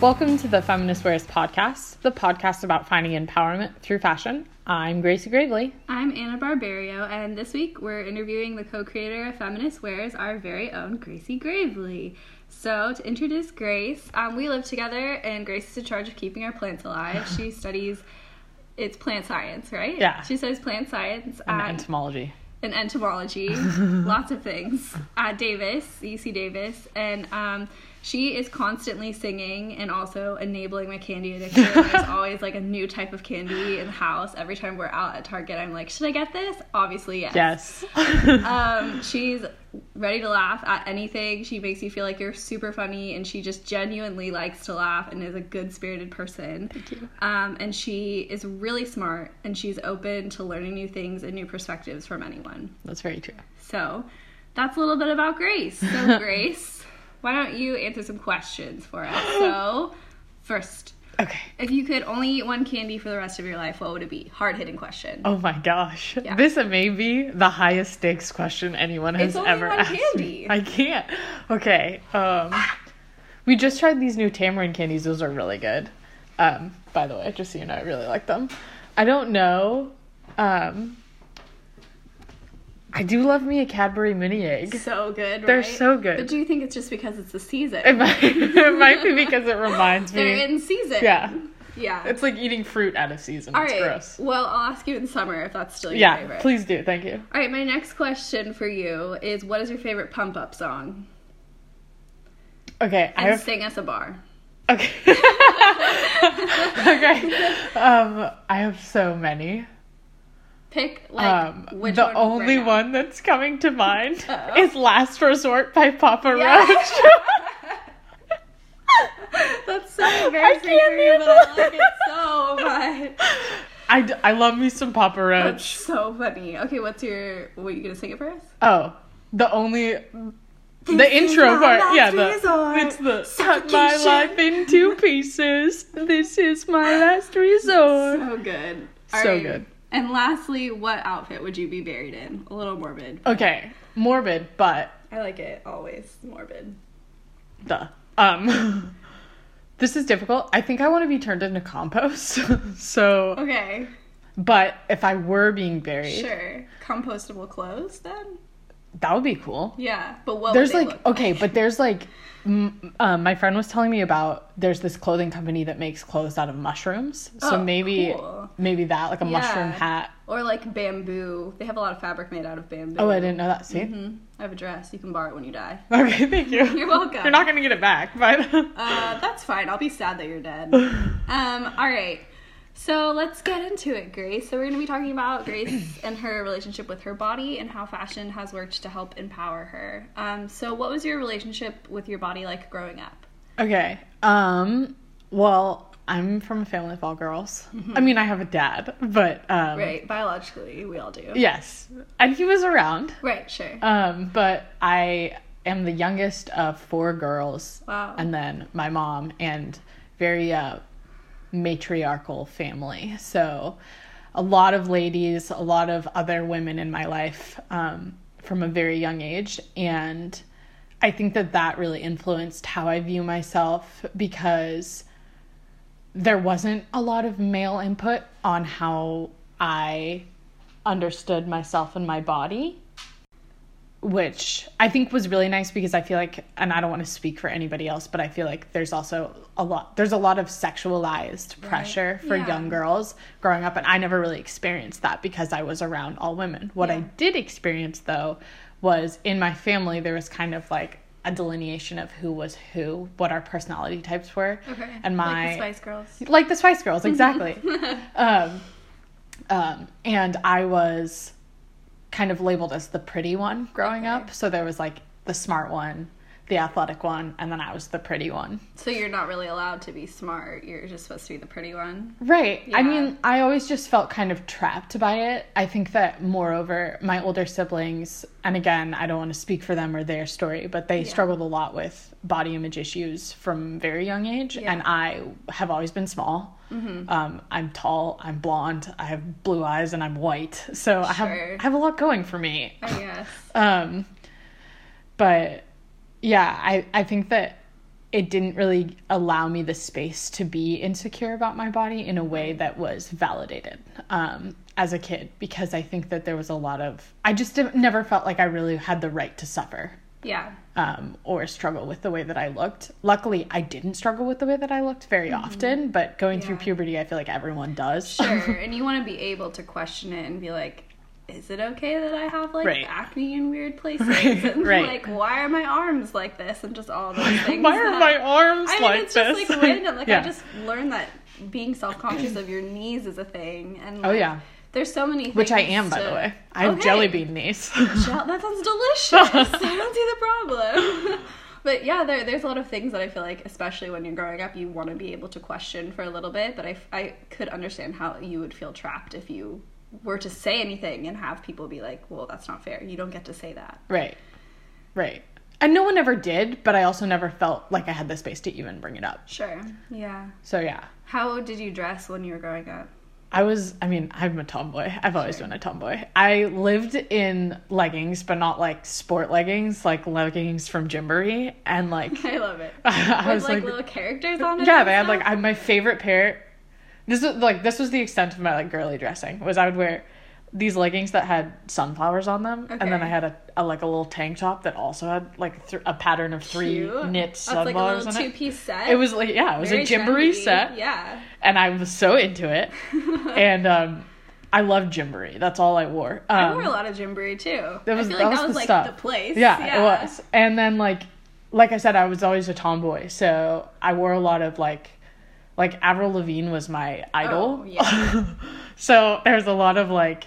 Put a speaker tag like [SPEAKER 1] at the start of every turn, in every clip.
[SPEAKER 1] Welcome to the Feminist Wears podcast, the podcast about finding empowerment through fashion. I'm Gracie Gravely.
[SPEAKER 2] I'm Anna Barbario, and this week we're interviewing the co creator of Feminist Wears, our very own Gracie Gravely. So, to introduce Grace, um, we live together, and Grace is in charge of keeping our plants alive. She studies it's plant science, right?
[SPEAKER 1] Yeah.
[SPEAKER 2] She studies plant science
[SPEAKER 1] I'm
[SPEAKER 2] at,
[SPEAKER 1] entomology.
[SPEAKER 2] and entomology, lots of things at Davis, UC Davis, and um, she is constantly singing and also enabling my candy addiction. There's always like a new type of candy in the house. Every time we're out at Target, I'm like, should I get this? Obviously, yes.
[SPEAKER 1] Yes.
[SPEAKER 2] Um, she's ready to laugh at anything. She makes you feel like you're super funny, and she just genuinely likes to laugh and is a good spirited person. Thank you. Um, and she is really smart, and she's open to learning new things and new perspectives from anyone.
[SPEAKER 1] That's very true.
[SPEAKER 2] So that's a little bit about Grace. So, Grace, why don't you answer some questions for us? So, first,
[SPEAKER 1] Okay.
[SPEAKER 2] if you could only eat one candy for the rest of your life, what would it be? Hard hitting question.
[SPEAKER 1] Oh my gosh.
[SPEAKER 2] Yeah.
[SPEAKER 1] This may be the highest stakes question anyone has
[SPEAKER 2] It's only
[SPEAKER 1] ever
[SPEAKER 2] one
[SPEAKER 1] asked. me.
[SPEAKER 2] candy.
[SPEAKER 1] I can't. Okay. Um, we just tried these new tamarind candies. Those are really good. Um, by the way, just so you know, I really like them. I don't know. Um, I do love me a Cadbury mini egg.
[SPEAKER 2] So good.
[SPEAKER 1] They're
[SPEAKER 2] right?
[SPEAKER 1] so good.
[SPEAKER 2] But do you think it's just because it's the season?
[SPEAKER 1] It might, it might be because it reminds
[SPEAKER 2] They're
[SPEAKER 1] me.
[SPEAKER 2] in season.
[SPEAKER 1] yeah.
[SPEAKER 2] Yeah.
[SPEAKER 1] It's like eating fruit out of season.
[SPEAKER 2] All
[SPEAKER 1] it's
[SPEAKER 2] right.
[SPEAKER 1] gross.
[SPEAKER 2] Well, I'll ask you in summer if that's still your
[SPEAKER 1] Yeah,
[SPEAKER 2] favorite.
[SPEAKER 1] please do. Thank you.
[SPEAKER 2] All right. My next question for you is, what is your favorite pump up song?
[SPEAKER 1] Okay, I
[SPEAKER 2] And
[SPEAKER 1] have
[SPEAKER 2] sing us a bar.
[SPEAKER 1] Okay. okay. Um, I have so many.
[SPEAKER 2] Pick like
[SPEAKER 1] Um,
[SPEAKER 2] which
[SPEAKER 1] the
[SPEAKER 2] one
[SPEAKER 1] only
[SPEAKER 2] right now.
[SPEAKER 1] one that's coming to mind
[SPEAKER 2] Uh-oh.
[SPEAKER 1] is "Last Resort" by Papa
[SPEAKER 2] Yeah.
[SPEAKER 1] Roach.
[SPEAKER 2] That's so embarrassing for
[SPEAKER 1] can't
[SPEAKER 2] you,
[SPEAKER 1] handle
[SPEAKER 2] but I like
[SPEAKER 1] it.
[SPEAKER 2] it so much.
[SPEAKER 1] I, d- I love me some Papa
[SPEAKER 2] That's
[SPEAKER 1] Roach.
[SPEAKER 2] so funny. Okay, what's your? What you gonna sing it for us?
[SPEAKER 1] Oh, the only the intro
[SPEAKER 2] my
[SPEAKER 1] part. Yeah,
[SPEAKER 2] last
[SPEAKER 1] the,
[SPEAKER 2] resort.
[SPEAKER 1] it's the cut
[SPEAKER 2] Suck
[SPEAKER 1] my
[SPEAKER 2] and
[SPEAKER 1] life into pieces. This is my last resort.
[SPEAKER 2] So good.
[SPEAKER 1] So good.
[SPEAKER 2] And lastly, what outfit would you be buried in? A little morbid.
[SPEAKER 1] Okay, morbid, but
[SPEAKER 2] I like it always morbid.
[SPEAKER 1] Duh. Um, this is difficult. I think I want to be turned into compost. so,
[SPEAKER 2] Okay,
[SPEAKER 1] but if I were being buried,
[SPEAKER 2] sure. Compostable clothes then?
[SPEAKER 1] that would be cool.
[SPEAKER 2] Yeah, but what
[SPEAKER 1] There's
[SPEAKER 2] would they
[SPEAKER 1] like,
[SPEAKER 2] look
[SPEAKER 1] okay, but there's like, m- um, my friend was telling me about there's this clothing company that makes clothes out of mushrooms. So
[SPEAKER 2] Oh,
[SPEAKER 1] maybe,
[SPEAKER 2] cool.
[SPEAKER 1] maybe that, like a mushroom
[SPEAKER 2] Yeah.
[SPEAKER 1] hat.
[SPEAKER 2] Or like bamboo. They have a lot of fabric made out of bamboo.
[SPEAKER 1] Oh, I didn't know that. See?
[SPEAKER 2] hmm I have a dress. You can borrow it when you die.
[SPEAKER 1] Okay, thank you.
[SPEAKER 2] You're welcome.
[SPEAKER 1] You're not going to get it back, but.
[SPEAKER 2] Uh, that's fine. I'll be sad that you're dead. Um, all right. So let's get into it, Grace. So we're going to be talking about Grace and her relationship with her body and how fashion has worked to help empower her. Um, so what was your relationship with your body like growing up?
[SPEAKER 1] Okay. Um. Well, I'm from a family of all girls. I mean, I have a dad, but um,
[SPEAKER 2] Mm-hmm. Right, biologically, we all do.
[SPEAKER 1] yes, and he was around.
[SPEAKER 2] Right, sure.
[SPEAKER 1] Um. But I am the youngest of four girls.
[SPEAKER 2] Wow.
[SPEAKER 1] And then my mom and very uh, matriarchal family. So, a lot of ladies, a lot of other women in my life um, from a very young age, and I think that that really influenced how I view myself because there wasn't a lot of male input on how I understood myself and my body, which I think was really nice because I feel like, and I don't want to speak for anybody else, but I feel like there's also a lot, there's a lot of sexualized pressure for
[SPEAKER 2] Yeah.
[SPEAKER 1] young girls growing up. And I never really experienced that because I was around all women. What I
[SPEAKER 2] Yeah.
[SPEAKER 1] did experience though was in my family, there was kind of like, a delineation of who was who, what our personality types were, and my
[SPEAKER 2] Like the Spice Girls.
[SPEAKER 1] like the Spice Girls, exactly. um, um, and I was kind of labeled as the pretty one growing up. So there was like the smart one, the athletic one, and then I was the pretty one.
[SPEAKER 2] So you're not really allowed to be smart. You're just supposed to be the pretty one.
[SPEAKER 1] Right. I
[SPEAKER 2] Yeah.
[SPEAKER 1] mean, I always just felt kind of trapped by it. I think that, moreover, my older siblings, and again, I don't want to speak for them or their story, but they
[SPEAKER 2] Yeah.
[SPEAKER 1] struggled a lot with body image issues from very young age.
[SPEAKER 2] Yeah. Mm-hmm.
[SPEAKER 1] And I have always been small. Um, I'm tall, I'm blonde, I have blue eyes, and I'm white. So I, have,
[SPEAKER 2] Sure.
[SPEAKER 1] I have a lot going for me.
[SPEAKER 2] I guess.
[SPEAKER 1] Um, but yeah, I, I think that it didn't really allow me the space to be insecure about my body in a way that was validated um, as a kid because I think that there was a lot of I just didn't- never felt like I really had the right to suffer
[SPEAKER 2] Yeah.
[SPEAKER 1] um, or struggle with the way that I looked. Luckily, I didn't struggle with the way that I looked very often, but going through
[SPEAKER 2] Mm-hmm. Yeah.
[SPEAKER 1] puberty, I feel like everyone does.
[SPEAKER 2] Sure. and you want to be able to question it and be like, is it okay that I have like
[SPEAKER 1] Right.
[SPEAKER 2] acne in weird places?
[SPEAKER 1] Right,
[SPEAKER 2] And
[SPEAKER 1] right.
[SPEAKER 2] like, why are my arms like this? And just all those things.
[SPEAKER 1] Why are
[SPEAKER 2] that-
[SPEAKER 1] my arms
[SPEAKER 2] I mean,
[SPEAKER 1] like
[SPEAKER 2] it's
[SPEAKER 1] this?
[SPEAKER 2] just like random. Like
[SPEAKER 1] Yeah.
[SPEAKER 2] I just learned that being self-conscious of your knees is a thing. And
[SPEAKER 1] Oh,
[SPEAKER 2] like,
[SPEAKER 1] yeah.
[SPEAKER 2] there's so many. Things
[SPEAKER 1] Which I am, by
[SPEAKER 2] to-
[SPEAKER 1] the way. I have
[SPEAKER 2] Okay.
[SPEAKER 1] jelly bean knees.
[SPEAKER 2] Shell- that sounds delicious. I don't see the problem. But yeah, there, there's a lot of things that I feel like, especially when you're growing up, you want to be able to question for a little bit. But I, f- I could understand how you would feel trapped if you were to say anything and have people be like, well, that's not fair. You don't get to say that.
[SPEAKER 1] right. Right. And no one ever did, but I also never felt like I had the space to even bring it up.
[SPEAKER 2] Sure. Yeah.
[SPEAKER 1] So, yeah.
[SPEAKER 2] How did you dress when you were growing up?
[SPEAKER 1] I was, I mean, I'm a tomboy. I've always been a tomboy. I lived in leggings, but not like sport leggings, like leggings from Gymboree. And like,
[SPEAKER 2] I love it.
[SPEAKER 1] I
[SPEAKER 2] With
[SPEAKER 1] was
[SPEAKER 2] like,
[SPEAKER 1] like,
[SPEAKER 2] little characters on it.
[SPEAKER 1] yeah,
[SPEAKER 2] and
[SPEAKER 1] they had
[SPEAKER 2] stuff?
[SPEAKER 1] like I, my favorite pair. This was like this was the extent of my like girly dressing was I would wear these leggings that had sunflowers on them, and then
[SPEAKER 2] Okay.
[SPEAKER 1] I had a, a like a little tank top that also had like th- a pattern of three
[SPEAKER 2] Cute.
[SPEAKER 1] knit
[SPEAKER 2] That's like a
[SPEAKER 1] sunflowers
[SPEAKER 2] little
[SPEAKER 1] in
[SPEAKER 2] two
[SPEAKER 1] it.
[SPEAKER 2] piece set.
[SPEAKER 1] It was like yeah, it was
[SPEAKER 2] Very
[SPEAKER 1] a gymboree
[SPEAKER 2] trendy.
[SPEAKER 1] set,
[SPEAKER 2] Yeah.
[SPEAKER 1] and I was so into it, and um, I loved gymboree. That's all I wore. Um,
[SPEAKER 2] I wore a lot of Gymboree too.
[SPEAKER 1] that was-
[SPEAKER 2] I feel
[SPEAKER 1] that
[SPEAKER 2] like
[SPEAKER 1] was
[SPEAKER 2] that
[SPEAKER 1] the
[SPEAKER 2] was like
[SPEAKER 1] stuff.
[SPEAKER 2] the place.
[SPEAKER 1] Yeah, it was. And then like like I said, I was always a tomboy, so I wore a lot of like like Avril Lavigne was my idol.
[SPEAKER 2] Oh, yeah.
[SPEAKER 1] so there's a lot of like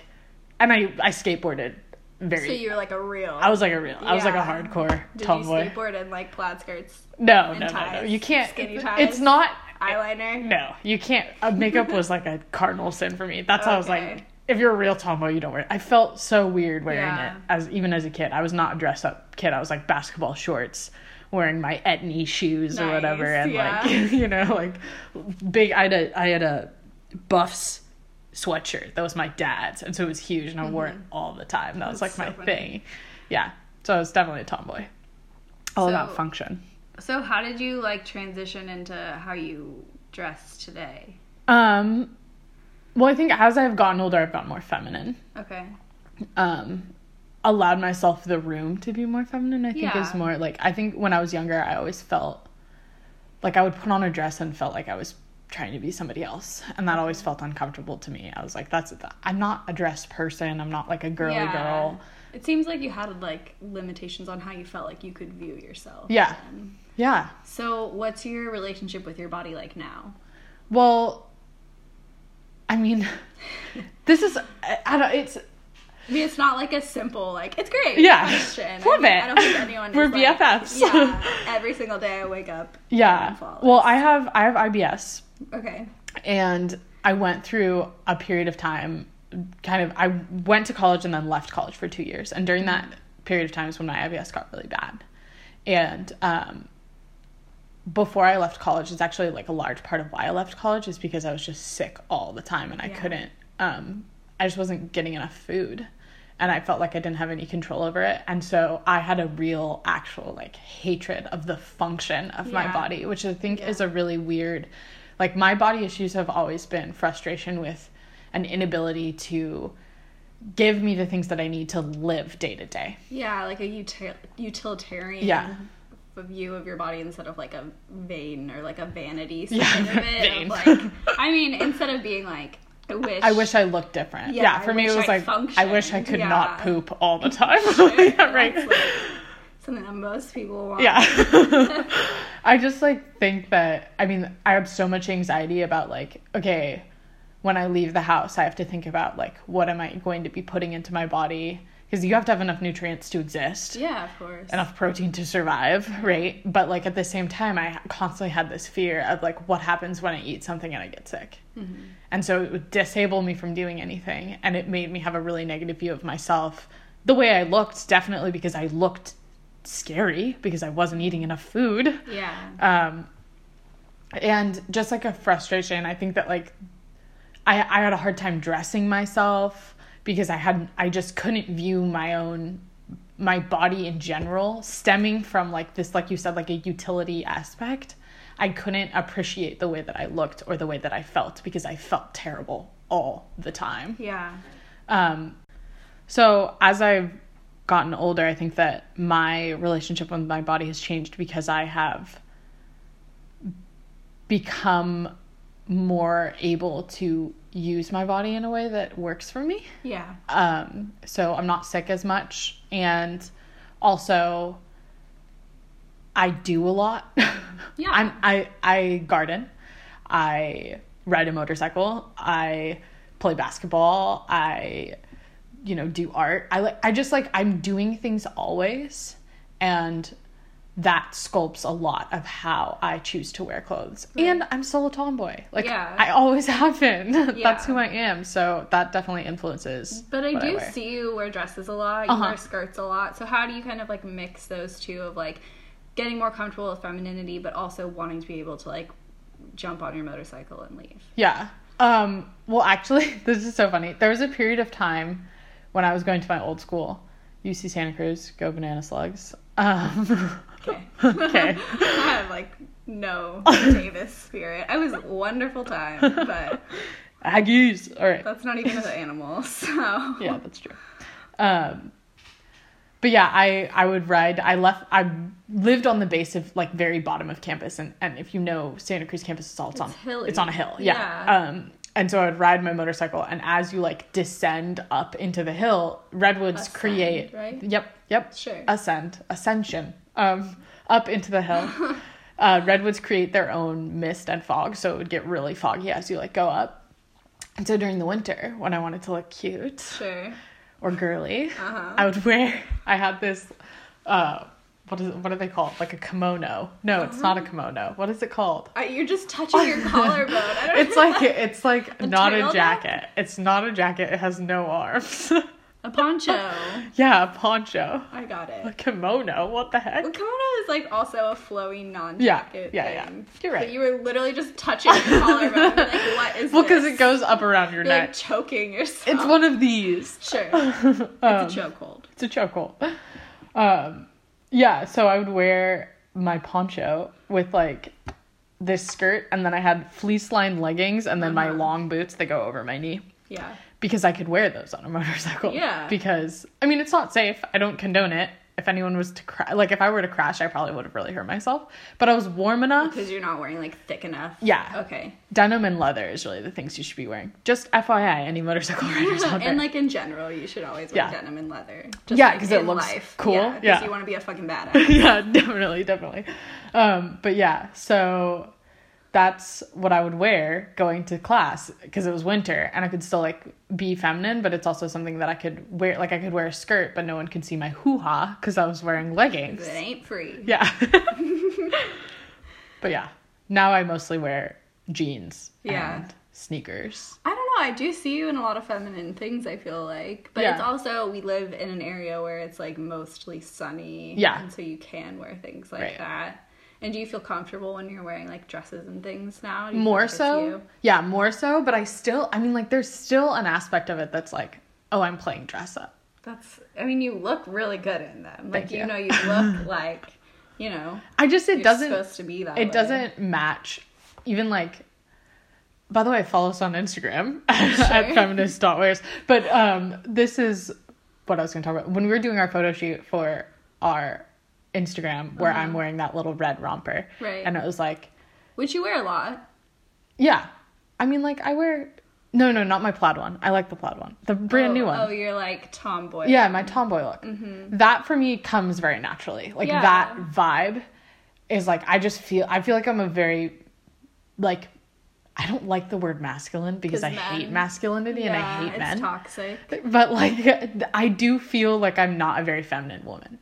[SPEAKER 1] and I I skateboarded very
[SPEAKER 2] So you were like a real.
[SPEAKER 1] I was like a real I was like a
[SPEAKER 2] Yeah.
[SPEAKER 1] hardcore
[SPEAKER 2] Did
[SPEAKER 1] tomboy.
[SPEAKER 2] you skateboard in like plaid skirts,
[SPEAKER 1] no, no, no, no.
[SPEAKER 2] ties?
[SPEAKER 1] You can't
[SPEAKER 2] Skinny
[SPEAKER 1] it's-
[SPEAKER 2] ties?
[SPEAKER 1] It's not
[SPEAKER 2] eyeliner?
[SPEAKER 1] no, you can't. Uh, makeup was like a cardinal sin for me. That's how I was like,
[SPEAKER 2] Okay.
[SPEAKER 1] if you're a real tomboy, you don't wear it. I felt so weird wearing
[SPEAKER 2] Yeah.
[SPEAKER 1] it as even as a kid. I was not a dress up kid. I was like basketball shorts, wearing my Etney shoes or whatever,
[SPEAKER 2] Nice,
[SPEAKER 1] and
[SPEAKER 2] yeah.
[SPEAKER 1] like you know, like big. I had a I had a Buffs sweatshirt that was my dad's, and so it was huge, and I wore it all the time. That was like
[SPEAKER 2] Mm-hmm. That's
[SPEAKER 1] my
[SPEAKER 2] so funny.
[SPEAKER 1] thing. Yeah, so I was definitely a tomboy. All
[SPEAKER 2] So-
[SPEAKER 1] about function.
[SPEAKER 2] So how did you like transition into how you dress today?
[SPEAKER 1] Um, well, I think as I've gotten older, I've gotten more feminine.
[SPEAKER 2] Okay.
[SPEAKER 1] um allowed myself the room to be more feminine i think is
[SPEAKER 2] Yeah.
[SPEAKER 1] more like i think when i was younger i always felt like i would put on a dress and felt like i was trying to be somebody else and that always felt uncomfortable to me i was like that's i'm not a dress person i'm not like a girly
[SPEAKER 2] Yeah.
[SPEAKER 1] girl
[SPEAKER 2] It seems like you had like limitations on how you felt like you could view yourself.
[SPEAKER 1] yeah yeah
[SPEAKER 2] So what's your relationship with your body like now?
[SPEAKER 1] well i mean this is I, I don't it's
[SPEAKER 2] I mean, it's not like a simple like it's great.
[SPEAKER 1] Yeah.
[SPEAKER 2] question. I
[SPEAKER 1] Love
[SPEAKER 2] mean,
[SPEAKER 1] it.
[SPEAKER 2] I don't think anyone.
[SPEAKER 1] We're
[SPEAKER 2] is, like-
[SPEAKER 1] BFFs.
[SPEAKER 2] yeah. Every single day I wake up.
[SPEAKER 1] yeah
[SPEAKER 2] and fall.
[SPEAKER 1] well i have i have ibs
[SPEAKER 2] Okay.
[SPEAKER 1] and I went through a period of time kind of I went to college and then left college for 2 years and during that period of time is when my IBS got really bad and um before I left college it's actually like a large part of why I left college is because I was just sick all the time and I
[SPEAKER 2] Yeah.
[SPEAKER 1] couldn't um I just wasn't getting enough food and I felt like I didn't have any control over it and so I had a real actual like hatred of the function of my
[SPEAKER 2] Yeah.
[SPEAKER 1] body which I think is a really weird like my body issues have always been frustration with an inability to give me the things that I need to live day to day.
[SPEAKER 2] Yeah, like a util- utilitarian
[SPEAKER 1] Yeah.
[SPEAKER 2] view of your body instead of like a vain or like a vanity side
[SPEAKER 1] Yeah,
[SPEAKER 2] of it.
[SPEAKER 1] vain.
[SPEAKER 2] Of like, I mean, instead of being like, I wish.
[SPEAKER 1] I wish I looked different. Yeah,
[SPEAKER 2] Yeah,
[SPEAKER 1] for
[SPEAKER 2] I
[SPEAKER 1] me it
[SPEAKER 2] wish
[SPEAKER 1] was
[SPEAKER 2] I
[SPEAKER 1] like I wish I
[SPEAKER 2] functioned.
[SPEAKER 1] could
[SPEAKER 2] Yeah.
[SPEAKER 1] not poop all the time. yeah, right.
[SPEAKER 2] That's, like, something that most people want.
[SPEAKER 1] Yeah. I just like think that I mean I have so much anxiety about like okay, when I leave the house I have to think about like what am I going to be putting into my body because you have to have enough nutrients to exist.
[SPEAKER 2] Yeah, of course.
[SPEAKER 1] enough protein to survive, right? But like at the same time, I constantly had this fear of like what happens when I eat something and I get sick. And so it would disable me from doing anything. And it made me have a really negative view of myself. The way I looked, definitely because I looked scary because I wasn't eating enough food
[SPEAKER 2] Yeah.
[SPEAKER 1] um and just like a frustration i think that like i i had a hard time dressing myself because i had i just couldn't view my own my body in general, stemming from like this, like you said, like a utility aspect, I couldn't appreciate the way that I looked or the way that I felt because I felt terrible all the time.
[SPEAKER 2] Yeah.
[SPEAKER 1] Um, so as I've gotten older, I think that my relationship with my body has changed because I have become more able to use my body in a way that works for me.
[SPEAKER 2] Yeah.
[SPEAKER 1] Um, so I'm not sick as much. And also, I do a lot.
[SPEAKER 2] Yeah.
[SPEAKER 1] I'm, I, I garden. I ride a motorcycle. I play basketball. I, you know, do art. I like, I just like, I'm doing things always. And that sculpts a lot of how I choose to wear clothes. And I'm still a tomboy. Like,
[SPEAKER 2] Yeah.
[SPEAKER 1] I always have been. That's
[SPEAKER 2] Yeah.
[SPEAKER 1] who I am. So that definitely influences.
[SPEAKER 2] But I
[SPEAKER 1] what
[SPEAKER 2] do
[SPEAKER 1] wear.
[SPEAKER 2] see you wear dresses a lot. You
[SPEAKER 1] Uh-huh.
[SPEAKER 2] wear skirts a lot. So how do you kind of like mix those two of like getting more comfortable with femininity, but also wanting to be able to like jump on your motorcycle and leave?
[SPEAKER 1] Yeah. Um, well, actually, this is so funny. There was a period of time when I was going to my old school, UC Santa Cruz, go banana slugs. Um,
[SPEAKER 2] Okay.
[SPEAKER 1] okay.
[SPEAKER 2] I have like no Davis spirit. I was a wonderful time, but
[SPEAKER 1] Aggies. All right.
[SPEAKER 2] that's not even an animal. So
[SPEAKER 1] Yeah, that's true. Um, but yeah, I, I would ride. I left. I lived on the base of like very bottom of campus, and, and if you know Santa Cruz campus, it's all it's, on.
[SPEAKER 2] It's hilly.
[SPEAKER 1] It's on a hill. Yeah. Um, and so I would ride my motorcycle, and as you like descend up into the hill, redwoods
[SPEAKER 2] Ascend,
[SPEAKER 1] create.
[SPEAKER 2] right?
[SPEAKER 1] Yep. Yep.
[SPEAKER 2] Sure.
[SPEAKER 1] Ascend. Ascension. Um, up into the hill. uh, redwoods create their own mist and fog, so it would get really foggy as you like go up. And so during the winter, when I wanted to look cute,
[SPEAKER 2] sure.
[SPEAKER 1] or girly.
[SPEAKER 2] Uh-huh.
[SPEAKER 1] I would wear. I had this. Uh, what is it, what are they called? Like a kimono? No, it's
[SPEAKER 2] Uh-huh.
[SPEAKER 1] not a kimono. What is it called?
[SPEAKER 2] I, you're just touching your collarbone. I don't
[SPEAKER 1] It's like it's like not a
[SPEAKER 2] turtleneck?
[SPEAKER 1] jacket. It's not a jacket. It has no arms.
[SPEAKER 2] a poncho.
[SPEAKER 1] yeah, a poncho.
[SPEAKER 2] I got it.
[SPEAKER 1] A kimono. What the heck?
[SPEAKER 2] Well, kimono is like also a flowy
[SPEAKER 1] Yeah,
[SPEAKER 2] non-jacket.
[SPEAKER 1] yeah,
[SPEAKER 2] thing.
[SPEAKER 1] yeah. You're right.
[SPEAKER 2] But you were literally just touching your collarbone. Like, what is
[SPEAKER 1] Well, because
[SPEAKER 2] this?
[SPEAKER 1] it goes up around your
[SPEAKER 2] You're like
[SPEAKER 1] neck.
[SPEAKER 2] choking yourself.
[SPEAKER 1] It's one Um, of these.
[SPEAKER 2] Sure, it's a chokehold.
[SPEAKER 1] It's a chokehold. Um, yeah, so I would wear my poncho with like this skirt, and then I had fleece lined leggings, and then my
[SPEAKER 2] Uh-huh.
[SPEAKER 1] long boots that go over my knee
[SPEAKER 2] Yeah,
[SPEAKER 1] because I could wear those on a motorcycle.
[SPEAKER 2] Yeah.
[SPEAKER 1] Because, I mean, it's not safe. I don't condone it. If anyone was to crash, like if I were to crash, I probably would have really hurt myself. But I was warm enough.
[SPEAKER 2] because you're not wearing like thick enough.
[SPEAKER 1] Yeah.
[SPEAKER 2] Okay.
[SPEAKER 1] Denim and leather is really the things you should be wearing. Just FYI, any motorcycle riders out there.
[SPEAKER 2] and like in general, you should always wear
[SPEAKER 1] Yeah.
[SPEAKER 2] denim and leather.
[SPEAKER 1] Yeah,
[SPEAKER 2] like,
[SPEAKER 1] 'cause it
[SPEAKER 2] in
[SPEAKER 1] looks cool.
[SPEAKER 2] Yeah, 'cause
[SPEAKER 1] Yeah.
[SPEAKER 2] you want to be a fucking badass.
[SPEAKER 1] yeah, definitely, definitely. Um, but yeah, so that's what I would wear going to class because it was winter and I could still like be feminine, but it's also something that I could wear. Like I could wear a skirt, but no one could see my hoo ha because I was wearing leggings.
[SPEAKER 2] It ain't free.
[SPEAKER 1] Yeah. but yeah, now I mostly wear jeans
[SPEAKER 2] Yeah.
[SPEAKER 1] and sneakers.
[SPEAKER 2] I don't know. I do see you in a lot of feminine things. I feel like, but it's
[SPEAKER 1] Yeah.
[SPEAKER 2] also we live in an area where it's like mostly sunny.
[SPEAKER 1] Yeah.
[SPEAKER 2] and so you can wear things like
[SPEAKER 1] Right.
[SPEAKER 2] that. And do you feel comfortable when you're wearing like dresses and things now? Do you feel like
[SPEAKER 1] More
[SPEAKER 2] it's
[SPEAKER 1] so,
[SPEAKER 2] you?
[SPEAKER 1] yeah, more so. But I still, I mean, like, there's still an aspect of it that's like, oh, I'm playing dress up.
[SPEAKER 2] That's. I mean, you look really good in them. Like
[SPEAKER 1] Thank
[SPEAKER 2] you.
[SPEAKER 1] you.
[SPEAKER 2] know, you look like you know.
[SPEAKER 1] I just, it
[SPEAKER 2] You're
[SPEAKER 1] doesn't
[SPEAKER 2] supposed to be that. way.
[SPEAKER 1] it doesn't match even like by the way follow us on instagram at
[SPEAKER 2] Sure.
[SPEAKER 1] feminist.wares but um this is what i was going to talk about when we were doing our photo shoot for our instagram where i'm wearing that little red romper
[SPEAKER 2] Uh-huh. Right.
[SPEAKER 1] and it was like
[SPEAKER 2] Which you wear a lot.
[SPEAKER 1] yeah i mean like i wear no no not my plaid one i like the plaid one the brand
[SPEAKER 2] Oh,
[SPEAKER 1] new one
[SPEAKER 2] Oh, you're like tomboy. Mm-hmm.
[SPEAKER 1] yeah, my tomboy look. That for me comes very naturally. Like
[SPEAKER 2] Yeah.
[SPEAKER 1] that vibe is like I just feel I feel like I'm a very like I don't like the word masculine because I
[SPEAKER 2] 'Cause
[SPEAKER 1] hate
[SPEAKER 2] men-
[SPEAKER 1] masculinity and I
[SPEAKER 2] Yeah,
[SPEAKER 1] hate
[SPEAKER 2] it's
[SPEAKER 1] men.
[SPEAKER 2] toxic.
[SPEAKER 1] But like I do feel like I'm not a very feminine woman.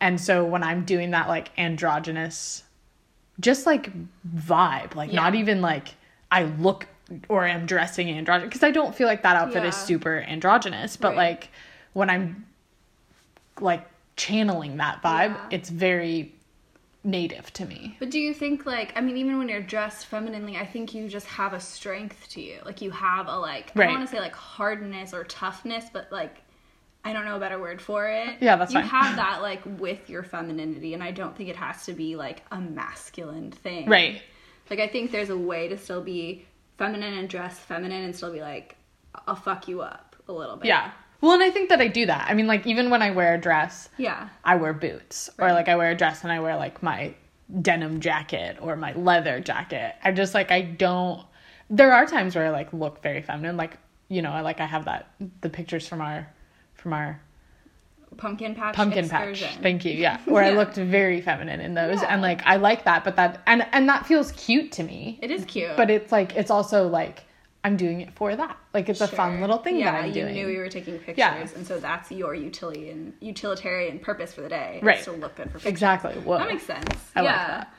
[SPEAKER 1] And so when I'm doing that like androgynous just like vibe, like
[SPEAKER 2] Yeah.
[SPEAKER 1] not even like I look or am dressing androgynous because I don't feel like that outfit is
[SPEAKER 2] Yeah.
[SPEAKER 1] super androgynous, but
[SPEAKER 2] Right.
[SPEAKER 1] like when I'm like channeling that vibe,
[SPEAKER 2] Yeah.
[SPEAKER 1] it's very native to me.
[SPEAKER 2] But do you think like I mean even when you're dressed femininely, I think you just have a strength to you. Like you have a like I
[SPEAKER 1] Right.
[SPEAKER 2] don't want to say like hardness or toughness, but like I don't know a better word for it.
[SPEAKER 1] Yeah, that's
[SPEAKER 2] you
[SPEAKER 1] fine.
[SPEAKER 2] have that like with your femininity, and I don't think it has to be like a masculine thing.
[SPEAKER 1] Right.
[SPEAKER 2] Like I think there's a way to still be feminine and dress feminine and still be like, I'll fuck you up a little bit.
[SPEAKER 1] Yeah. Well, and I think that I do that. I mean, like, even when I wear a dress,
[SPEAKER 2] Yeah.
[SPEAKER 1] I wear boots. Or,
[SPEAKER 2] Right.
[SPEAKER 1] like, I wear a dress and I wear, like, my denim jacket or my leather jacket. I just, like, I don't. There are times where I, like, look very feminine. Like, you know, I, like, I have that, the pictures from our, from our
[SPEAKER 2] Pumpkin patch.
[SPEAKER 1] pumpkin
[SPEAKER 2] excursion.
[SPEAKER 1] patch. Thank you. Yeah. Where I
[SPEAKER 2] Yeah.
[SPEAKER 1] looked very feminine in those.
[SPEAKER 2] Yeah.
[SPEAKER 1] And, like, I like that, but that, and, and that feels cute to me.
[SPEAKER 2] It is cute.
[SPEAKER 1] but it's, like, it's also, like, I'm doing it for that. Like, it's a fun
[SPEAKER 2] Sure.
[SPEAKER 1] little thing
[SPEAKER 2] yeah,
[SPEAKER 1] that I'm
[SPEAKER 2] you
[SPEAKER 1] doing.
[SPEAKER 2] knew you were taking pictures,
[SPEAKER 1] Yeah.
[SPEAKER 2] and so that's your utilitarian utilitarian purpose for the day. is
[SPEAKER 1] Right.
[SPEAKER 2] To look good for pictures.
[SPEAKER 1] Exactly. Whoa.
[SPEAKER 2] That makes sense.
[SPEAKER 1] I like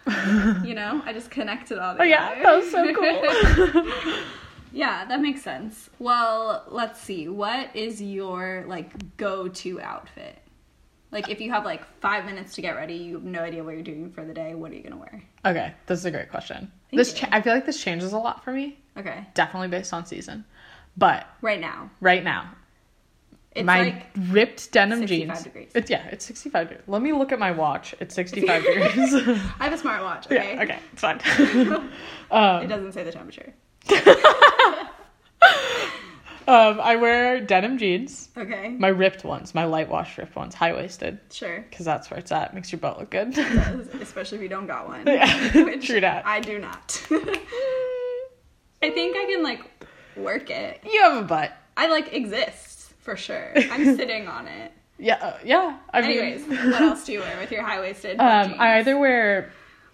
[SPEAKER 2] yeah. you know, I just connected all the
[SPEAKER 1] Oh yeah, that was so cool.
[SPEAKER 2] yeah, that makes sense. Well, let's see. What is your like go-to outfit? Like if you have like 5 minutes to get ready, you have no idea what you're doing for the day, what are you going to wear?
[SPEAKER 1] okay, this is a great question. this
[SPEAKER 2] you.
[SPEAKER 1] cha- I feel like this changes a lot for me,
[SPEAKER 2] Okay.
[SPEAKER 1] definitely based on season. But
[SPEAKER 2] Right now.
[SPEAKER 1] right now,
[SPEAKER 2] It's
[SPEAKER 1] my
[SPEAKER 2] like
[SPEAKER 1] ripped denim
[SPEAKER 2] 65
[SPEAKER 1] jeans.
[SPEAKER 2] degrees.
[SPEAKER 1] It's yeah, it's 65 degrees. Let me look at my watch. It's 65 degrees. okay.
[SPEAKER 2] I have a smartwatch, okay?
[SPEAKER 1] Yeah, okay, it's fine.
[SPEAKER 2] It doesn't say the temperature.
[SPEAKER 1] um, I wear denim jeans,
[SPEAKER 2] Okay.
[SPEAKER 1] my ripped ones, my light wash ripped ones, high waisted,
[SPEAKER 2] Sure.
[SPEAKER 1] because that's where it's at. Makes your butt look good.
[SPEAKER 2] especially if you don't got one.
[SPEAKER 1] Yeah,
[SPEAKER 2] Which
[SPEAKER 1] true dat.
[SPEAKER 2] I do not. I think I can like work it.
[SPEAKER 1] you have a butt.
[SPEAKER 2] I like exist for sure. I'm sitting on it.
[SPEAKER 1] Yeah, uh, yeah. I mean,
[SPEAKER 2] Anyways, what else do you wear with your high waisted?
[SPEAKER 1] um, I either wear.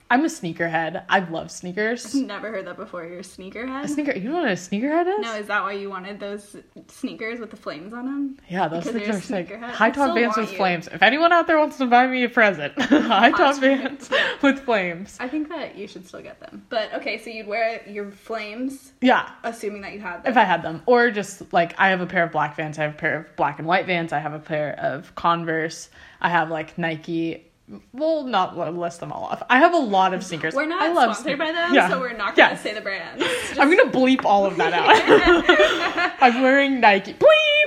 [SPEAKER 1] I'm a sneakerhead. I love sneakers.
[SPEAKER 2] never heard that before. You're a
[SPEAKER 1] A
[SPEAKER 2] sneakerhead.
[SPEAKER 1] sneaker? You know what a sneakerhead is?
[SPEAKER 2] No, is that why you wanted those sneakers with the flames on them?
[SPEAKER 1] yeah, those
[SPEAKER 2] because
[SPEAKER 1] things
[SPEAKER 2] you're a
[SPEAKER 1] are sick.
[SPEAKER 2] sneakerhead?
[SPEAKER 1] High
[SPEAKER 2] I still
[SPEAKER 1] top vans
[SPEAKER 2] want
[SPEAKER 1] with
[SPEAKER 2] you.
[SPEAKER 1] flames. If anyone out there wants to buy me a present, high top
[SPEAKER 2] Awesome.
[SPEAKER 1] vans with flames.
[SPEAKER 2] I think that you should still get them. But okay, so you'd wear your flames,
[SPEAKER 1] Yeah,
[SPEAKER 2] assuming that you had them.
[SPEAKER 1] if I had them, or just like I have a pair of black vans, I have a pair of black and white vans, I have a pair of Converse, I have like Nike. Well, not I'll list them all off. I have a lot of sneakers.
[SPEAKER 2] we're not
[SPEAKER 1] I love
[SPEAKER 2] sponsored
[SPEAKER 1] sneakers.
[SPEAKER 2] by them,
[SPEAKER 1] Yeah.
[SPEAKER 2] so we're not
[SPEAKER 1] Yeah.
[SPEAKER 2] gonna say the brands.
[SPEAKER 1] I'm gonna bleep all of that out. I'm wearing Nike.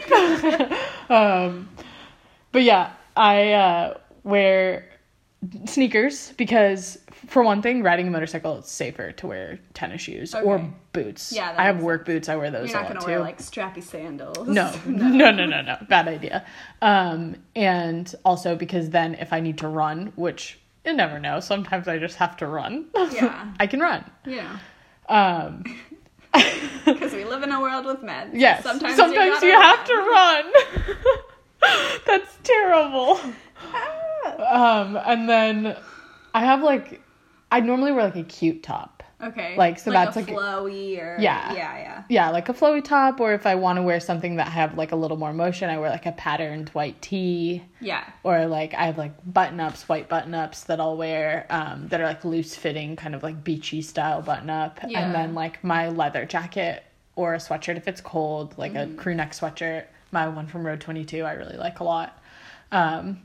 [SPEAKER 1] Bleep. um, but yeah, I uh, wear sneakers because, for one thing, riding a motorcycle it's safer to wear tennis shoes or
[SPEAKER 2] Okay.
[SPEAKER 1] boots.
[SPEAKER 2] Yeah, that
[SPEAKER 1] I have
[SPEAKER 2] makes
[SPEAKER 1] work boots. I wear those
[SPEAKER 2] You're
[SPEAKER 1] a
[SPEAKER 2] not
[SPEAKER 1] lot
[SPEAKER 2] gonna
[SPEAKER 1] too.
[SPEAKER 2] wear like strappy sandals.
[SPEAKER 1] no, no, no, no, no. Bad idea. Um, and also because then if I need to run, which you never know, sometimes I just have to run.
[SPEAKER 2] Yeah.
[SPEAKER 1] I can run.
[SPEAKER 2] Yeah.
[SPEAKER 1] Um,
[SPEAKER 2] Because we live in a world with men.
[SPEAKER 1] Yes. Sometimes,
[SPEAKER 2] Sometimes,
[SPEAKER 1] you,
[SPEAKER 2] gotta
[SPEAKER 1] have to run. That's terrible. Um, and then I have like, I normally wear like a cute top.
[SPEAKER 2] run. Okay.
[SPEAKER 1] Like, so that's
[SPEAKER 2] a
[SPEAKER 1] like-
[SPEAKER 2] flowy or
[SPEAKER 1] Yeah.
[SPEAKER 2] yeah, yeah.
[SPEAKER 1] Yeah, like a flowy top, or if I want to wear something that have like a little more motion, I wear like a patterned white tee,
[SPEAKER 2] Yeah.
[SPEAKER 1] or like I have like button ups, white button ups that I'll wear um, that are like loose fitting, kind of like beachy style button up,
[SPEAKER 2] Yeah.
[SPEAKER 1] and then like my leather jacket or a sweatshirt if it's cold, like
[SPEAKER 2] Mm-hmm.
[SPEAKER 1] a crew neck sweatshirt. My one from Road Twenty Two I really like a lot, um,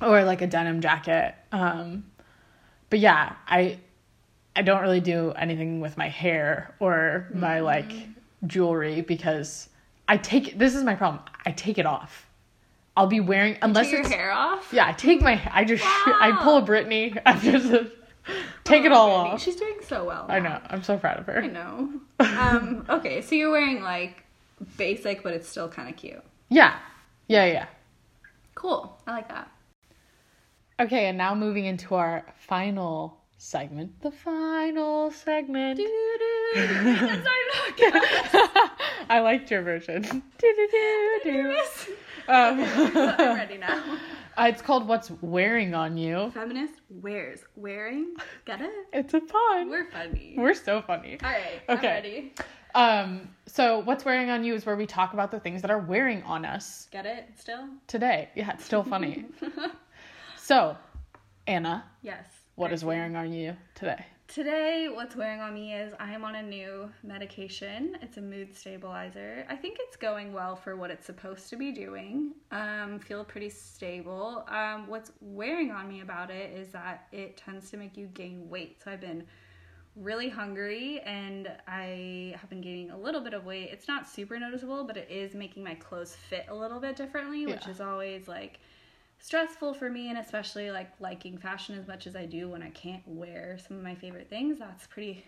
[SPEAKER 1] or like a denim jacket. Um, but yeah, I I don't really do anything with my hair or
[SPEAKER 2] Mm-hmm.
[SPEAKER 1] my like jewelry because I take this is my problem. I take it off. I'll be wearing unless
[SPEAKER 2] Take your
[SPEAKER 1] it's
[SPEAKER 2] hair off.
[SPEAKER 1] yeah. I take my I just I pull a Britney. I just take it
[SPEAKER 2] Oh,
[SPEAKER 1] all
[SPEAKER 2] goodness.
[SPEAKER 1] off.
[SPEAKER 2] She's doing so well.
[SPEAKER 1] I
[SPEAKER 2] now.
[SPEAKER 1] know. I'm so proud of
[SPEAKER 2] I
[SPEAKER 1] her.
[SPEAKER 2] know. Um, okay, so you're wearing like basic, but it's still kind of cute.
[SPEAKER 1] Yeah, yeah, yeah.
[SPEAKER 2] Cool. I like that.
[SPEAKER 1] Okay, and now moving into our final segment. The final segment.
[SPEAKER 2] Because I'm not gonna
[SPEAKER 1] I liked your version.
[SPEAKER 2] do
[SPEAKER 1] Do-do-do-do.
[SPEAKER 2] this.
[SPEAKER 1] Um,
[SPEAKER 2] I'm ready now.
[SPEAKER 1] it's called "What's Wearing on You."
[SPEAKER 2] Feminist wears wearing. Get it?
[SPEAKER 1] It's a pun.
[SPEAKER 2] We're funny.
[SPEAKER 1] We're so funny.
[SPEAKER 2] All right.
[SPEAKER 1] Okay.
[SPEAKER 2] I'm ready.
[SPEAKER 1] Um, so what's wearing on you is where we talk about the things that are wearing on us
[SPEAKER 2] Get it? Still?
[SPEAKER 1] today. Yeah, it's still funny. so, Anna,
[SPEAKER 2] Yes.
[SPEAKER 1] what is wearing on you today?
[SPEAKER 2] Today, what's wearing on me is I am on a new medication. It's a mood stabilizer. I think it's going well for what it's supposed to be doing. Um, feel pretty stable. Um, what's wearing on me about it is that it tends to make you gain weight. So I've been really hungry and I have been gaining a little bit of weight. It's not super noticeable, but it is making my clothes fit a little bit differently, which
[SPEAKER 1] Yeah.
[SPEAKER 2] is always like stressful for me and especially like liking fashion as much as I do when I can't wear some of my favorite things. That's pretty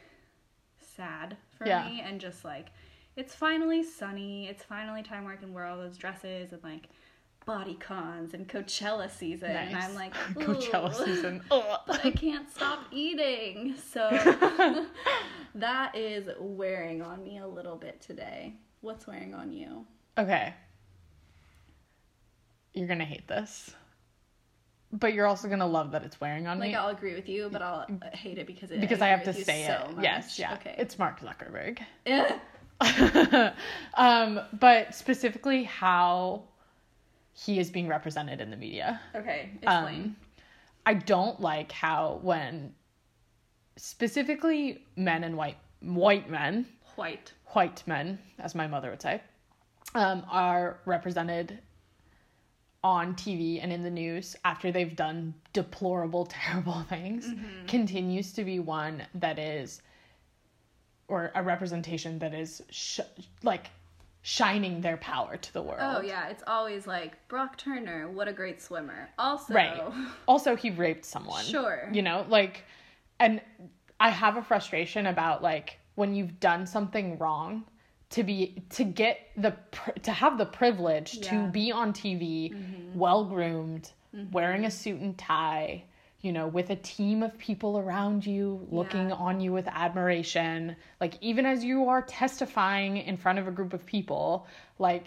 [SPEAKER 2] sad for
[SPEAKER 1] Yeah.
[SPEAKER 2] me and just like it's finally sunny. It's finally time where I can wear all those dresses and like body cons and Coachella season. And
[SPEAKER 1] Nice.
[SPEAKER 2] I'm like
[SPEAKER 1] Coachella
[SPEAKER 2] "Ooh."
[SPEAKER 1] season. Ugh.
[SPEAKER 2] but I can't stop eating. So that is wearing on me a little bit today. What's wearing on you?
[SPEAKER 1] Okay. You're gonna hate this. But you're also gonna love that it's wearing on
[SPEAKER 2] Like
[SPEAKER 1] me.
[SPEAKER 2] I'll agree with you, but I'll uh, hate it Mm-hmm. because it
[SPEAKER 1] because I have to
[SPEAKER 2] agree with
[SPEAKER 1] say
[SPEAKER 2] you so
[SPEAKER 1] it.
[SPEAKER 2] much.
[SPEAKER 1] Yes, yeah.
[SPEAKER 2] Okay.
[SPEAKER 1] It's Mark Zuckerberg.
[SPEAKER 2] It's
[SPEAKER 1] um, but specifically how he is being represented in the media.
[SPEAKER 2] okay.
[SPEAKER 1] Um,
[SPEAKER 2] Explain.
[SPEAKER 1] I don't like how when specifically men and white white men,
[SPEAKER 2] White.
[SPEAKER 1] white men, as my mother would say, um, are represented on TV and in the news after they've done deplorable, terrible things, continues to be one that is, or a representation that is sh- like shining their power to the world.
[SPEAKER 2] Oh yeah, it's always like Brock Turner. What a great swimmer. Also,
[SPEAKER 1] Right. Also, he raped someone.
[SPEAKER 2] Sure.
[SPEAKER 1] You know, like, and I have a frustration about like when you've done something wrong to be to get the pr- to have the privilege
[SPEAKER 2] Yeah.
[SPEAKER 1] to be on TV,
[SPEAKER 2] Mm-hmm.
[SPEAKER 1] well groomed, wearing a suit and tie, you know, with a team of people around you looking
[SPEAKER 2] Yeah.
[SPEAKER 1] on you with admiration, like even as you are testifying in front of a group of people, like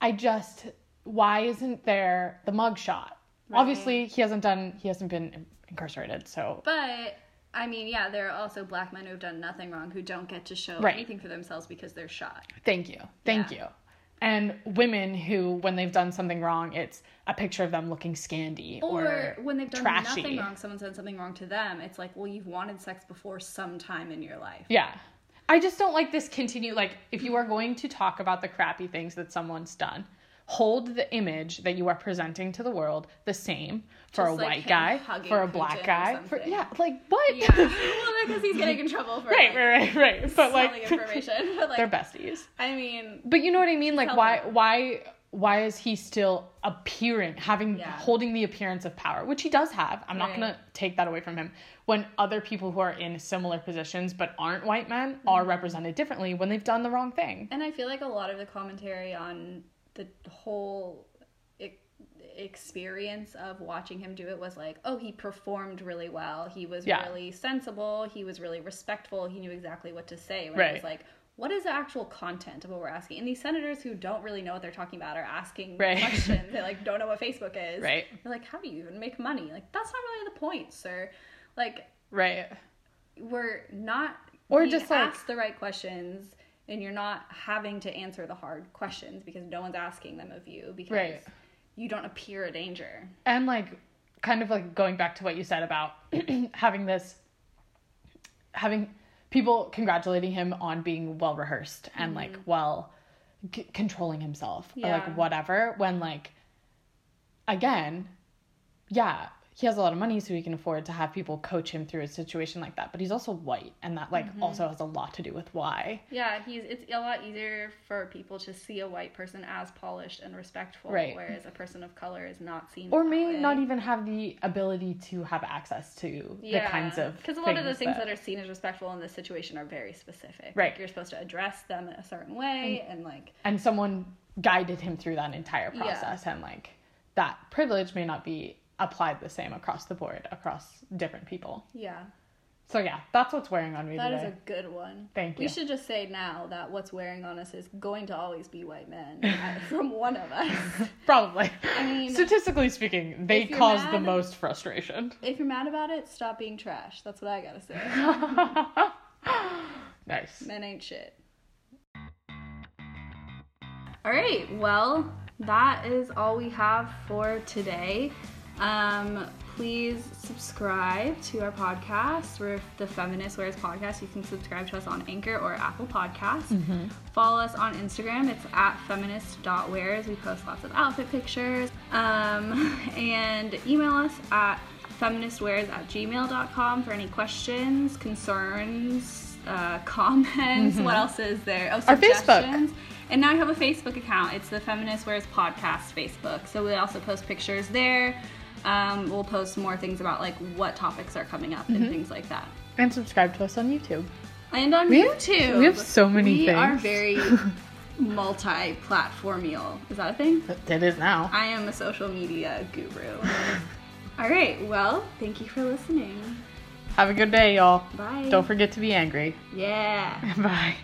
[SPEAKER 1] I just why isn't there the mugshot? Obviously, he hasn't done he hasn't been incarcerated, so
[SPEAKER 2] but I mean, yeah, there are also black men who've done nothing wrong who don't get to show
[SPEAKER 1] Right.
[SPEAKER 2] anything for themselves because they're shot.
[SPEAKER 1] thank you. Thank
[SPEAKER 2] Yeah.
[SPEAKER 1] you. And women who when they've done something wrong, it's a picture of them looking scandy or,
[SPEAKER 2] or when they've done
[SPEAKER 1] trashy.
[SPEAKER 2] nothing wrong, someone said something wrong to them. It's like, well, you've wanted sex before sometime in your life.
[SPEAKER 1] Yeah. I just don't like this continue. Like, if you are going to talk about the crappy things that someone's done, hold the image that you are presenting to the world the same for
[SPEAKER 2] Just
[SPEAKER 1] a
[SPEAKER 2] like
[SPEAKER 1] white
[SPEAKER 2] him
[SPEAKER 1] guy,
[SPEAKER 2] hugging
[SPEAKER 1] for a
[SPEAKER 2] Putin
[SPEAKER 1] black
[SPEAKER 2] or
[SPEAKER 1] guy. For,
[SPEAKER 2] something.
[SPEAKER 1] yeah, like, what?
[SPEAKER 2] Yeah, well, because he's getting in trouble for
[SPEAKER 1] right,
[SPEAKER 2] like,
[SPEAKER 1] right, right, right. But,
[SPEAKER 2] selling
[SPEAKER 1] like,
[SPEAKER 2] information. But like,
[SPEAKER 1] they're besties.
[SPEAKER 2] I mean,
[SPEAKER 1] But you know what I mean? Like
[SPEAKER 2] Tell
[SPEAKER 1] why
[SPEAKER 2] them.
[SPEAKER 1] why why is he still appearing having
[SPEAKER 2] Yeah.
[SPEAKER 1] holding the appearance of power, which he does have. I'm not
[SPEAKER 2] Right.
[SPEAKER 1] gonna take that away from him. When other people who are in similar positions but aren't white men are
[SPEAKER 2] Mm-hmm.
[SPEAKER 1] represented differently when they've done the wrong thing.
[SPEAKER 2] and I feel like a lot of the commentary on the whole e- experience of watching him do it was like, oh, he performed really well. He was
[SPEAKER 1] Yeah.
[SPEAKER 2] really sensible. He was really respectful. He knew exactly what to say. When it was
[SPEAKER 1] Right.
[SPEAKER 2] like, what is the actual content of what we're asking? And these senators who don't really know what they're talking about are asking
[SPEAKER 1] Right.
[SPEAKER 2] questions. They like don't know what Facebook is.
[SPEAKER 1] Right.
[SPEAKER 2] They're like, how do you even make money? Like that's not really the point, sir. Like
[SPEAKER 1] Right.
[SPEAKER 2] we're not
[SPEAKER 1] Or
[SPEAKER 2] being
[SPEAKER 1] just, like-
[SPEAKER 2] asked the right questions and you're not having to answer the hard questions because no one's asking them of you because
[SPEAKER 1] Right.
[SPEAKER 2] you don't appear a danger.
[SPEAKER 1] And like kind of like going back to what you said about having this having people congratulating him on being well rehearsed and like well c- controlling himself or
[SPEAKER 2] Mm-hmm. Yeah.
[SPEAKER 1] like whatever when like again yeah he has a lot of money so he can afford to have people coach him through a situation like that but he's also white and that like
[SPEAKER 2] Mm-hmm.
[SPEAKER 1] also has a lot to do with why
[SPEAKER 2] Yeah, he's it's a lot easier for people to see a white person as polished and respectful
[SPEAKER 1] Right.
[SPEAKER 2] whereas a person of color is not seen
[SPEAKER 1] or
[SPEAKER 2] that
[SPEAKER 1] may
[SPEAKER 2] way.
[SPEAKER 1] not even have the ability to have access to the kinds of
[SPEAKER 2] because a lot of the things that... are seen as respectful in this situation are very specific. Like,
[SPEAKER 1] Right.
[SPEAKER 2] you're supposed to address them a certain way, and like
[SPEAKER 1] and someone guided him through that entire process and like that privilege may not be applied the same across the board across different people
[SPEAKER 2] yeah,
[SPEAKER 1] so yeah that's what's wearing on me
[SPEAKER 2] That is
[SPEAKER 1] today
[SPEAKER 2] a good one.
[SPEAKER 1] Thank
[SPEAKER 2] We
[SPEAKER 1] you.
[SPEAKER 2] should just say now that what's wearing on us is going to always be white men from one of us.
[SPEAKER 1] probably
[SPEAKER 2] I mean,
[SPEAKER 1] statistically speaking they
[SPEAKER 2] if you're
[SPEAKER 1] cause the
[SPEAKER 2] mad-
[SPEAKER 1] most frustration
[SPEAKER 2] if you're mad about it, stop being trash. That's what I gotta say.
[SPEAKER 1] nice
[SPEAKER 2] Men ain't shit. All right, well, that is all we have for today. Um, please subscribe to our podcast. We're the Feminist Wears Podcast. You can subscribe to us on Anchor or Apple Podcasts.
[SPEAKER 1] Mm-hmm.
[SPEAKER 2] Follow us on Instagram. It's at feminist.wears. We post lots of outfit pictures. Um, and email us at feministwares at gmail.com for any questions, concerns, uh, comments. What else is there? Oh,
[SPEAKER 1] Mm-hmm. Our Facebook.
[SPEAKER 2] suggestions. And now I have a Facebook account. It's the Feminist Wears Podcast Facebook. So we also post pictures there. Um, we'll post more things about like what topics are coming up
[SPEAKER 1] Mm-hmm.
[SPEAKER 2] and things like that.
[SPEAKER 1] And subscribe to us on YouTube.
[SPEAKER 2] And on
[SPEAKER 1] We have-
[SPEAKER 2] YouTube,
[SPEAKER 1] we have so many
[SPEAKER 2] We are
[SPEAKER 1] things.
[SPEAKER 2] very multi-platformial. Is that a thing?
[SPEAKER 1] But It is now.
[SPEAKER 2] I am a social media guru. All right. Well, thank you for listening.
[SPEAKER 1] Have a good day, y'all.
[SPEAKER 2] Bye.
[SPEAKER 1] Don't forget to be angry.
[SPEAKER 2] Yeah.
[SPEAKER 1] Bye.